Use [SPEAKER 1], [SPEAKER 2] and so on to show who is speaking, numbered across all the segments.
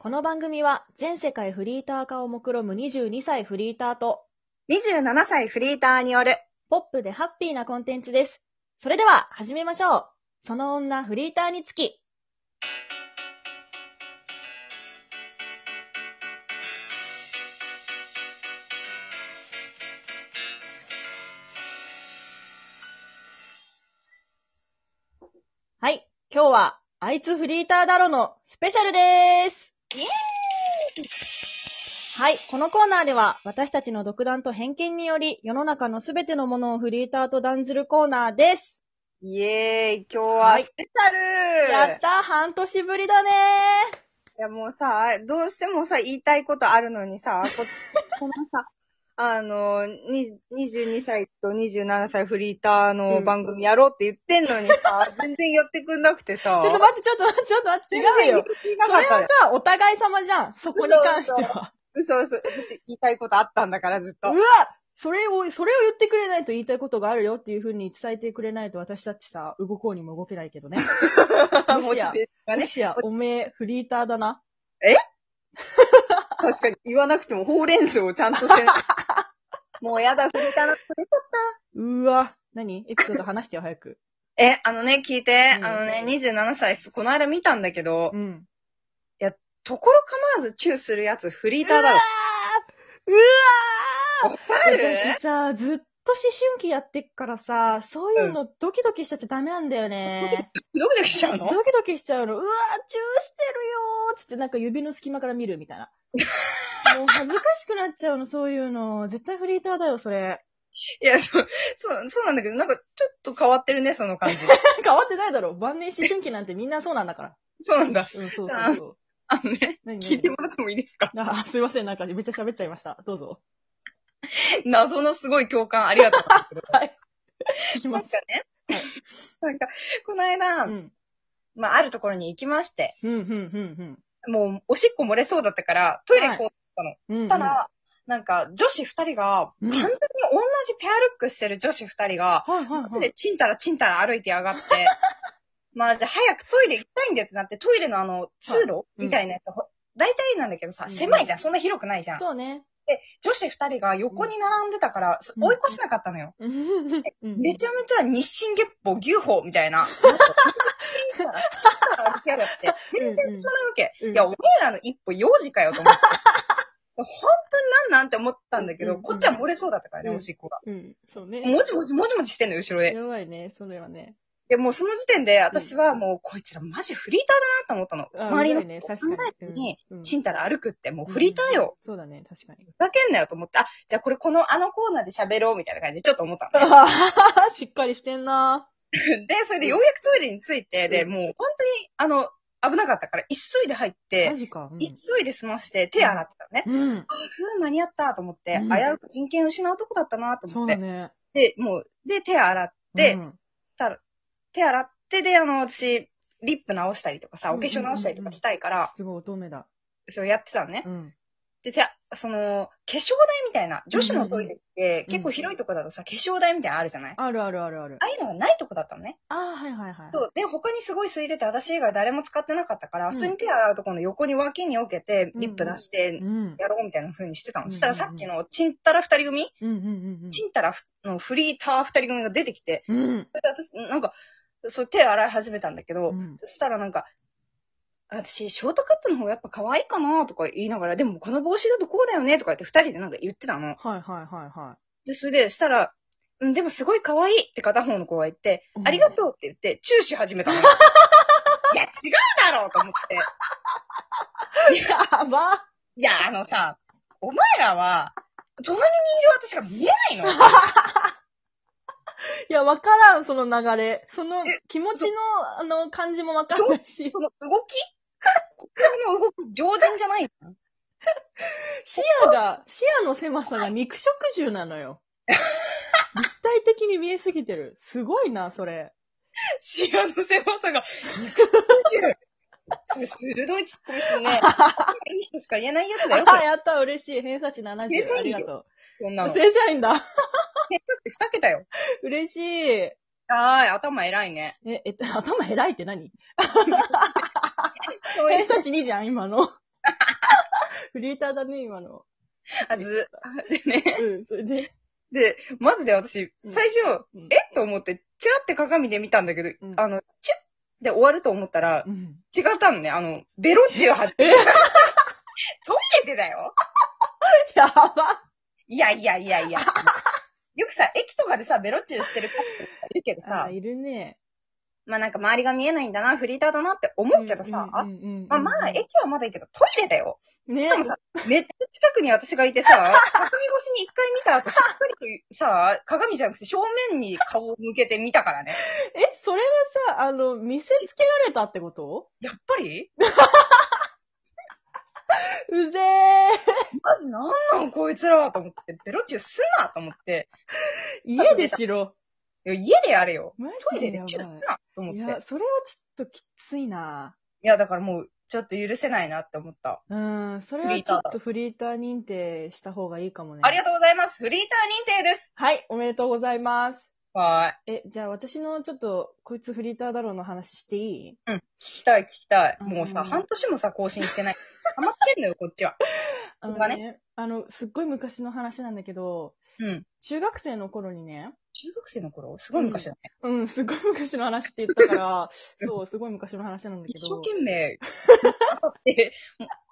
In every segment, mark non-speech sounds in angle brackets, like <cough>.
[SPEAKER 1] この番組は全世界フリーター化を目論む22歳フリーターと
[SPEAKER 2] 27歳フリーターによる。
[SPEAKER 1] ポップでハッピーなコンテンツです。それでは始めましょう。その女フリーターにつき。はい。今日は、あいつフリーターだろのスペシャルです。
[SPEAKER 2] イエー
[SPEAKER 1] はい。このコーナーでは、私たちの独断と偏見により、世の中のすべてのものをフリーターと断ずるコーナーです。
[SPEAKER 2] イエーイ今日
[SPEAKER 1] は
[SPEAKER 2] はいスペシャル、
[SPEAKER 1] やっ
[SPEAKER 2] い、
[SPEAKER 1] た半年ぶりだね
[SPEAKER 2] やもうさ、どうしてもさ、言いたいことあるのにさ、こ <laughs> このさ、あの、に22歳と27歳フリーター
[SPEAKER 1] う
[SPEAKER 2] の
[SPEAKER 1] ん
[SPEAKER 2] 番組やろうって言ってんのにさ、全然寄ってくんなくてさ。
[SPEAKER 1] <laughs> ちょっと待って、ちょっと待って、ちょっと待って、違うよ。
[SPEAKER 2] 全然寄って
[SPEAKER 1] そ
[SPEAKER 2] くんなか
[SPEAKER 1] れ
[SPEAKER 2] った
[SPEAKER 1] は
[SPEAKER 2] よ。
[SPEAKER 1] さ、お互い様じゃん。そこに関しては。
[SPEAKER 2] 嘘嘘。私、言いたいことあったんだから、ずっ
[SPEAKER 1] う
[SPEAKER 2] と。
[SPEAKER 1] わそれを、それを言ってくれないと言いたいことがあるよっていう風に伝えてくれないと私たちさ、動こうにも動けないけどね。
[SPEAKER 2] <laughs> モ
[SPEAKER 1] もし
[SPEAKER 2] チベー
[SPEAKER 1] や
[SPEAKER 2] ションが
[SPEAKER 1] も
[SPEAKER 2] ね。
[SPEAKER 1] しや、おめえ、フリーターだな。
[SPEAKER 2] 確かに言わなくても、ほうれん草をちゃんとし
[SPEAKER 1] <laughs>
[SPEAKER 2] てない。もうやだ、フリーターなくれちゃった。
[SPEAKER 1] うわ何エピソード話してよ、早く。
[SPEAKER 2] え、あのね、聞いて、
[SPEAKER 1] うん
[SPEAKER 2] あのね、27歳、この間見たんだけど
[SPEAKER 1] う、ん。
[SPEAKER 2] ところ構わずチューするやつフリーターだろ。
[SPEAKER 1] うわ
[SPEAKER 2] わかる
[SPEAKER 1] 私さ、ずっと思春期やってっからさ、そういうのドキドキしちゃってダメなんだよね。
[SPEAKER 2] ドキドキしちゃうの
[SPEAKER 1] ドキドキしちゃうの。うわー、チューしてるよーつってなんか指の隙間から見るみたいな。もう恥ずかしくなっちゃうの、そういうの。絶対フリーターだよ、それ。
[SPEAKER 2] いや、そう、そう、そうなんだけど、なんかちょっと変わってるね、その感じ。 <laughs>
[SPEAKER 1] 変わってないだろ。晩年思春期なんてみんなそうなんだから。
[SPEAKER 2] そうなん
[SPEAKER 1] <laughs>
[SPEAKER 2] だ。
[SPEAKER 1] うん、そうそうそう。
[SPEAKER 2] あのね、
[SPEAKER 1] 何
[SPEAKER 2] 聞いてもらってもいいですか
[SPEAKER 1] あ、すいません、なんかめっちゃ喋っちゃいました。どうぞ。
[SPEAKER 2] 謎のすごい共感ありがとう。
[SPEAKER 1] はい。聞き
[SPEAKER 2] な
[SPEAKER 1] ま
[SPEAKER 2] ん
[SPEAKER 1] す
[SPEAKER 2] か。ね、なんか、この間、
[SPEAKER 1] うん。
[SPEAKER 2] まあ、あるところに行きまして、
[SPEAKER 1] うん、うん、うん、
[SPEAKER 2] もう、おしっこ漏れそうだったから、トイレ行こうとしたの。
[SPEAKER 1] うん。
[SPEAKER 2] したら、なんか、女子二人が、
[SPEAKER 1] うん
[SPEAKER 2] 完全に同じペアルックしてる女子二人が、
[SPEAKER 1] うんうん、はい、はい、
[SPEAKER 2] 街
[SPEAKER 1] はい
[SPEAKER 2] で。チンタラチンタラ歩いてや
[SPEAKER 1] <laughs>
[SPEAKER 2] がって、まあ、じゃあ早くトイレ行きたいんだよってなって、トイレのあの、通路
[SPEAKER 1] うん
[SPEAKER 2] みたいなやつ、ほ大体なんだけどさ、
[SPEAKER 1] うん
[SPEAKER 2] 狭いじゃん。そんな広くないじゃん。
[SPEAKER 1] そうね。
[SPEAKER 2] 女子二人が横に並んでたから、
[SPEAKER 1] うん
[SPEAKER 2] 追い越せなかったのよ。
[SPEAKER 1] <laughs>
[SPEAKER 2] め
[SPEAKER 1] め
[SPEAKER 2] ちゃめちゃ日清月歩牛歩みたいな。チンタラチンタラ歩きやがって、全然そんなわけ。
[SPEAKER 1] うんうん
[SPEAKER 2] いや、おめえらの一歩幼児かよ
[SPEAKER 1] <laughs>
[SPEAKER 2] と思って。本当になんなんって思ったんだけど、
[SPEAKER 1] うん
[SPEAKER 2] こっちは漏れそうだったからね、
[SPEAKER 1] うん
[SPEAKER 2] おしっこが。
[SPEAKER 1] うん、そうね。
[SPEAKER 2] もじもじもじもじしてんのよ、後ろで。
[SPEAKER 1] やばいね、それはね。
[SPEAKER 2] で、もうその時点で、私はもう、こいつらマジフリーターだなと思った
[SPEAKER 1] あ
[SPEAKER 2] の。周り
[SPEAKER 1] うざいね
[SPEAKER 2] の、
[SPEAKER 1] 確か
[SPEAKER 2] 考えず
[SPEAKER 1] に
[SPEAKER 2] に、。
[SPEAKER 1] うん
[SPEAKER 2] ちんたら歩くってもうフリーターよ。。
[SPEAKER 1] うんそうだね、確か
[SPEAKER 2] <laughs>
[SPEAKER 1] に。
[SPEAKER 2] ふざけんなよと思って、あ、じゃあこれこのあのコーナーで喋ろうみたいな感じでちょっと思ったのね。
[SPEAKER 1] しっかりしてんな。
[SPEAKER 2] で、それでようやくトイレに着いて、で、
[SPEAKER 1] うん
[SPEAKER 2] もう本当に、あの、危なかったから、急いで入って
[SPEAKER 1] マ、ジか。うん
[SPEAKER 2] 急いで済まして手洗ってたのね。
[SPEAKER 1] うん。
[SPEAKER 2] ふう間に合ったと思って、
[SPEAKER 1] う
[SPEAKER 2] 危
[SPEAKER 1] ん
[SPEAKER 2] うく人権失うとこだったなと
[SPEAKER 1] そ
[SPEAKER 2] 思
[SPEAKER 1] う
[SPEAKER 2] っ
[SPEAKER 1] だ
[SPEAKER 2] て。
[SPEAKER 1] ね。
[SPEAKER 2] で、もう、で、手洗っ
[SPEAKER 1] う
[SPEAKER 2] て、
[SPEAKER 1] ん
[SPEAKER 2] たら手洗って、で、あの、私、リップ直したりとかさ、
[SPEAKER 1] うん
[SPEAKER 2] お化粧直したりとかしたいから、
[SPEAKER 1] すごい乙女だ。
[SPEAKER 2] そうやってたのね。
[SPEAKER 1] うん。
[SPEAKER 2] で、じゃあその、化粧台みたいな、女子のトイレって、
[SPEAKER 1] うんうんうん
[SPEAKER 2] 結構広いとこだとさ、化粧台みたいなのあるじゃないあ
[SPEAKER 1] あるあるあるある。
[SPEAKER 2] あいうのがないとこだったのね。
[SPEAKER 1] ああ、はいはいはい。
[SPEAKER 2] そう。で、他にすごい空いてて、私以外誰も使ってなかったから、
[SPEAKER 1] ん
[SPEAKER 2] 普通に手洗うとこの横に脇に置けて、
[SPEAKER 1] うん
[SPEAKER 2] リップ出して
[SPEAKER 1] う、ん。
[SPEAKER 2] やろうみたいな風にしてた
[SPEAKER 1] うん
[SPEAKER 2] の。そしたらさっきの、チンタラ二人組
[SPEAKER 1] うんうんうんうん。
[SPEAKER 2] チンタラのフリーター二人組が出てきて、
[SPEAKER 1] うん。
[SPEAKER 2] それで私、なんか、そう、手洗い始めたんだけど、
[SPEAKER 1] うん
[SPEAKER 2] そしたらなんか、私、ショートカットの方がやっぱ可愛いかなとか言いながら、でもこの帽子だとこうだよねとか言って二人でなんか言ってたの。
[SPEAKER 1] はいはいはいは
[SPEAKER 2] で、それで、したら、うん、でもすごい可愛いって片方の子が言って
[SPEAKER 1] う、ん
[SPEAKER 2] ありがとうって言って、チューし始
[SPEAKER 1] <laughs>
[SPEAKER 2] めたの。いや、違うだろうと思って。
[SPEAKER 1] い。やば
[SPEAKER 2] いや、あのさ、お前らは、隣にいる私が見えないの
[SPEAKER 1] いや、わからん、その流れ。その気持ちの、あの、感じもわかんない <laughs> し。
[SPEAKER 2] その動き心の動き、上手じゃないの
[SPEAKER 1] 視野が、視野の狭さが肉食獣なの
[SPEAKER 2] <laughs>
[SPEAKER 1] よ。立体的に見えすぎてる。すごいな、それ。
[SPEAKER 2] 視野の狭さが、肉食獣。それ、鋭いツッコミするね。いい人しか言えないやつだよ、そ
[SPEAKER 1] あ、
[SPEAKER 2] れ。
[SPEAKER 1] やった、嬉しい。偏差値70。あ
[SPEAKER 2] 正社
[SPEAKER 1] り
[SPEAKER 2] 員よ
[SPEAKER 1] がと
[SPEAKER 2] こんな
[SPEAKER 1] う。
[SPEAKER 2] の。
[SPEAKER 1] 正社員だ。
[SPEAKER 2] え、ちょっと二桁よ。
[SPEAKER 1] 嬉しい。え、
[SPEAKER 2] はーい、頭偉いね。
[SPEAKER 1] え、頭偉いって何
[SPEAKER 2] そういう
[SPEAKER 1] 偏差値2じゃん、今の。フリーターだね、今の。<laughs>
[SPEAKER 2] あず、でね。
[SPEAKER 1] うん、それで。
[SPEAKER 2] で、マジで私、
[SPEAKER 1] うん
[SPEAKER 2] 最初、
[SPEAKER 1] うん
[SPEAKER 2] えっと思って、チラって鏡で見たんだけど、
[SPEAKER 1] うん
[SPEAKER 2] あの、チュッで終わると思ったら
[SPEAKER 1] う、ん。
[SPEAKER 2] 違ったのね。あの、ベロチュー貼って。 <laughs> トイレでだよ
[SPEAKER 1] やば
[SPEAKER 2] いやいやいやいや。よくさ、駅とかでさ、ベロチューしてるカップルいるけど
[SPEAKER 1] あ
[SPEAKER 2] さ
[SPEAKER 1] ー、、いるね。
[SPEAKER 2] まあなんか周りが見えないんだな、フリーターだなって思うけどさ、
[SPEAKER 1] うんうんうんうん
[SPEAKER 2] まあまあ、駅はまだいいけど、トイレだよ。し
[SPEAKER 1] ね
[SPEAKER 2] かもさ、めっちゃ近くに私がい
[SPEAKER 1] <laughs>
[SPEAKER 2] てさ、鏡越しに一回見た後、しっかりとさ、鏡じゃなくて正面に顔を向けて見たからね。
[SPEAKER 1] え、それはさ、あの、見せつけられたってこと
[SPEAKER 2] やっぱり
[SPEAKER 1] うぜえ
[SPEAKER 2] マジなんなんこいつらと思って、ベロチューすなと思って、
[SPEAKER 1] 家でしろ。
[SPEAKER 2] いや家でやれよ。
[SPEAKER 1] マ
[SPEAKER 2] ト
[SPEAKER 1] ジ
[SPEAKER 2] イレ
[SPEAKER 1] でや
[SPEAKER 2] で
[SPEAKER 1] ば
[SPEAKER 2] チューす
[SPEAKER 1] い。
[SPEAKER 2] なと思っ
[SPEAKER 1] い
[SPEAKER 2] て。い
[SPEAKER 1] や、
[SPEAKER 2] や、
[SPEAKER 1] それはちょっときついな
[SPEAKER 2] だからもう、ちょっと許せないなって思った。
[SPEAKER 1] うん、それはちょっとフリーター認定した方がいいかもね。
[SPEAKER 2] ありがとうございます。フリーター認定です。
[SPEAKER 1] はい、おめでとうございます。
[SPEAKER 2] は
[SPEAKER 1] え、じゃあ私のちょっと、こいつフリーターだろうの話していい
[SPEAKER 2] ーい。うん。聞きたい、聞きたい。
[SPEAKER 1] うん
[SPEAKER 2] もうさ、半年もさ、更新してない。ハマってんのよ、こっちは。
[SPEAKER 1] あの
[SPEAKER 2] 僕が
[SPEAKER 1] ね、あの、すっごい昔の話なんだけど、
[SPEAKER 2] うん。
[SPEAKER 1] 中学生の頃にね、
[SPEAKER 2] 中学生の頃すごい昔だね。
[SPEAKER 1] うん、すっごい昔の話って言った
[SPEAKER 2] <laughs>
[SPEAKER 1] から、そう、すごい昔の話なんだけど、
[SPEAKER 2] 一生懸命、って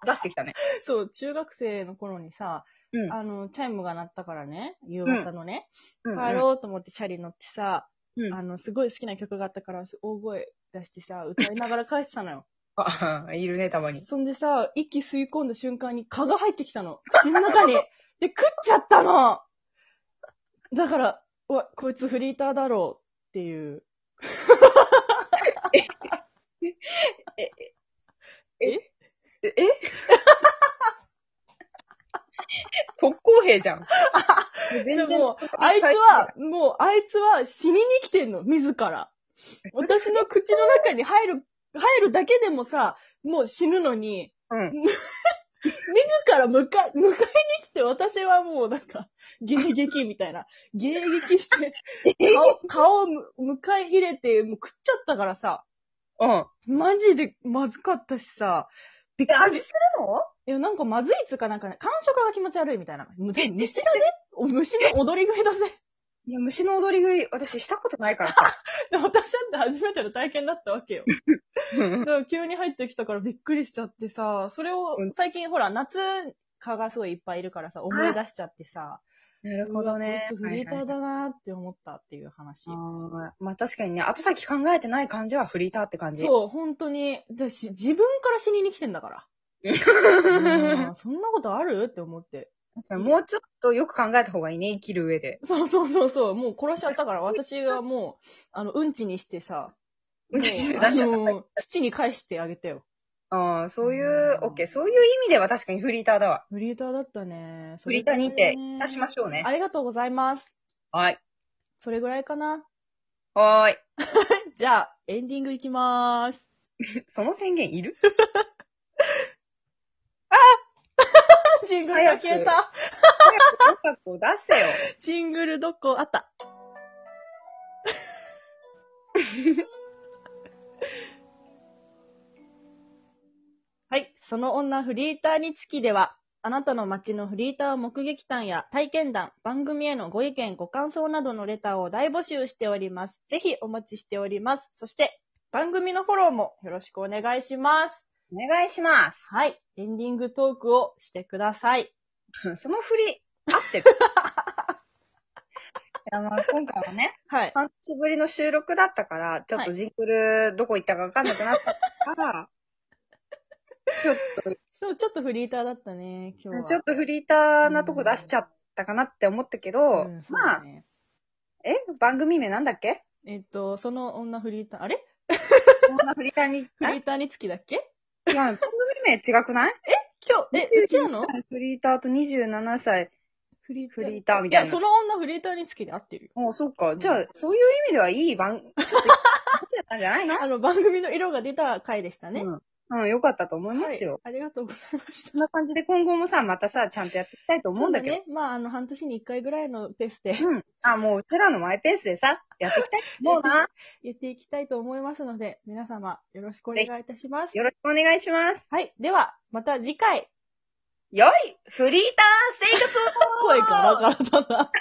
[SPEAKER 2] 出してきたね。
[SPEAKER 1] そう、中学生の頃にさ、
[SPEAKER 2] うん
[SPEAKER 1] あの、チャイムが鳴ったからね、夕方のね、帰
[SPEAKER 2] う。
[SPEAKER 1] ろうと思ってチャリ乗ってさ、
[SPEAKER 2] うん
[SPEAKER 1] あの、すごい好きな曲があったから、大声出してさ、歌いながら帰ってたのよ。
[SPEAKER 2] あ、いるね、 <laughs> たまに。
[SPEAKER 1] そんでさ、息吸い込んだ瞬間に蚊が入ってきたの。口の
[SPEAKER 2] <laughs>
[SPEAKER 1] 中に。で、食っちゃったのだから、うわ、こいつフリーターだろうって
[SPEAKER 2] <laughs>
[SPEAKER 1] いう。
[SPEAKER 2] え特攻
[SPEAKER 1] <laughs>
[SPEAKER 2] 兵じゃん。全
[SPEAKER 1] で
[SPEAKER 2] 然
[SPEAKER 1] も、あいつは、もう、あいつは死にに来てんの、自ら。私の口の中に入る、入るだけでもさ、もう死ぬのに、
[SPEAKER 2] うん。
[SPEAKER 1] 自ら迎え、迎えに来て、私はもうなんか、迎撃みたいな。迎撃して、顔、顔をむ迎え入れて、もう食っちゃったからさ。
[SPEAKER 2] うん。
[SPEAKER 1] マジでまずかったしさ、びっくり
[SPEAKER 2] 味
[SPEAKER 1] し
[SPEAKER 2] するの
[SPEAKER 1] いや、なんかまずいっつうかなんか、ね、感触が気持ち悪いみたいな。むで虫だねお虫の踊り食いだね。
[SPEAKER 2] いや、虫の踊り食い、私したことないからさ。
[SPEAKER 1] で私だって初めての体験だったわけよ。だから急に入ってきたからびっくりしちゃってさ、それを
[SPEAKER 2] うん
[SPEAKER 1] 最近ほら、夏蚊がすごいいっぱいいるからさ、思い出しちゃってさ、
[SPEAKER 2] <laughs> なるほどね。
[SPEAKER 1] うわこいつフリータ
[SPEAKER 2] は
[SPEAKER 1] ー
[SPEAKER 2] いは
[SPEAKER 1] だ
[SPEAKER 2] い
[SPEAKER 1] なーって思ったっていう話。
[SPEAKER 2] あーまあ確かにね、後先考えてない感じはフリーターって感じ。
[SPEAKER 1] そう、本当に。だし、自分から死にに来てんだから。
[SPEAKER 2] <laughs> 確
[SPEAKER 1] うんそんなことあるって思って。
[SPEAKER 2] かにもうちょっとよく考えた方がいいね、生きる上で。
[SPEAKER 1] そうそうそうそう、もう殺しちゃったから、私がもう、あの、うんちにしてさ、
[SPEAKER 2] うんちにして
[SPEAKER 1] も
[SPEAKER 2] 出しちゃった
[SPEAKER 1] あの土に返してあげてよ。
[SPEAKER 2] ああ、 <laughs> そういうう、
[SPEAKER 1] ん
[SPEAKER 2] オッケー、そういう意味では確かにフリーターだわ。
[SPEAKER 1] フリーターだったね。
[SPEAKER 2] フリーター認定いたしま
[SPEAKER 1] し
[SPEAKER 2] しょうね。
[SPEAKER 1] ありがとうございます。
[SPEAKER 2] はい。
[SPEAKER 1] それぐらいかな。
[SPEAKER 2] はーい。 <laughs>
[SPEAKER 1] じゃあ、エンディングいきまーす。 <laughs>
[SPEAKER 2] その宣言いる
[SPEAKER 1] ジングルが消えた。
[SPEAKER 2] 早く音楽を出してよ。
[SPEAKER 1] ジングルどこあった。 <laughs> はい。その女フリーターにつきでは、あなたの街のフリーター目撃談や体験談、番組へのご意見、ご感想などのレターを大募集しております。ぜひお待ちしております。そして、番組のフォローもよろしくお願いします。
[SPEAKER 2] お願いします。
[SPEAKER 1] はい。エンディングトークをしてください。
[SPEAKER 2] その振り、合って <laughs> る。いやまあ今回はね、
[SPEAKER 1] はい。
[SPEAKER 2] 半年ぶりの収録だったから、ちょっとジングルどこ行ったかわかんなくなった
[SPEAKER 1] <laughs>
[SPEAKER 2] から、ちょっ
[SPEAKER 1] そう、ちょっとフリーターだったね、今日は。
[SPEAKER 2] と、ちょっとフリーターなとこ出しちゃったかなって思ったけど、
[SPEAKER 1] うんそう
[SPEAKER 2] ま
[SPEAKER 1] だ
[SPEAKER 2] あ、
[SPEAKER 1] ね
[SPEAKER 2] え番組名なんだ
[SPEAKER 1] <laughs>
[SPEAKER 2] っけ
[SPEAKER 1] えっと、その女フリーター、あれ
[SPEAKER 2] そんなフリーターに、
[SPEAKER 1] フ
[SPEAKER 2] あ
[SPEAKER 1] リーターにつきだっけ
[SPEAKER 2] 違う、番組名違くない
[SPEAKER 1] 今日、え、うちらの
[SPEAKER 2] フリーターと27歳、
[SPEAKER 1] フリー
[SPEAKER 2] フリ
[SPEAKER 1] ー
[SPEAKER 2] ーターみ
[SPEAKER 1] い
[SPEAKER 2] たい
[SPEAKER 1] や、
[SPEAKER 2] な。
[SPEAKER 1] その女フリーターにつきで合ってるよ。
[SPEAKER 2] もうそうか。じゃあ、そういう意味ではいい番、ちょっと、だったんじゃ
[SPEAKER 1] <laughs>
[SPEAKER 2] ないの
[SPEAKER 1] あの、番組の色が出た回でしたね。
[SPEAKER 2] うん。うん、よかったと思いま
[SPEAKER 1] はい
[SPEAKER 2] すよ。。
[SPEAKER 1] ありがとうございました。
[SPEAKER 2] そんな感じで今後もさ、またさ、ちゃんとやっていきたいと思うんだけど。
[SPEAKER 1] そうね。まあ、あの、半年に一回ぐらいのペース <laughs> で
[SPEAKER 2] うん。あ、もううちらのマイペースでさ、やっていきたいと思
[SPEAKER 3] <laughs>
[SPEAKER 2] うな。
[SPEAKER 1] やっていきたいと思いますので、皆様よろしくお願いいたします。
[SPEAKER 2] よろしくお願いします。
[SPEAKER 1] はい。では、また次回。
[SPEAKER 3] 良いフリーター生活を
[SPEAKER 2] 声ガラガラだな。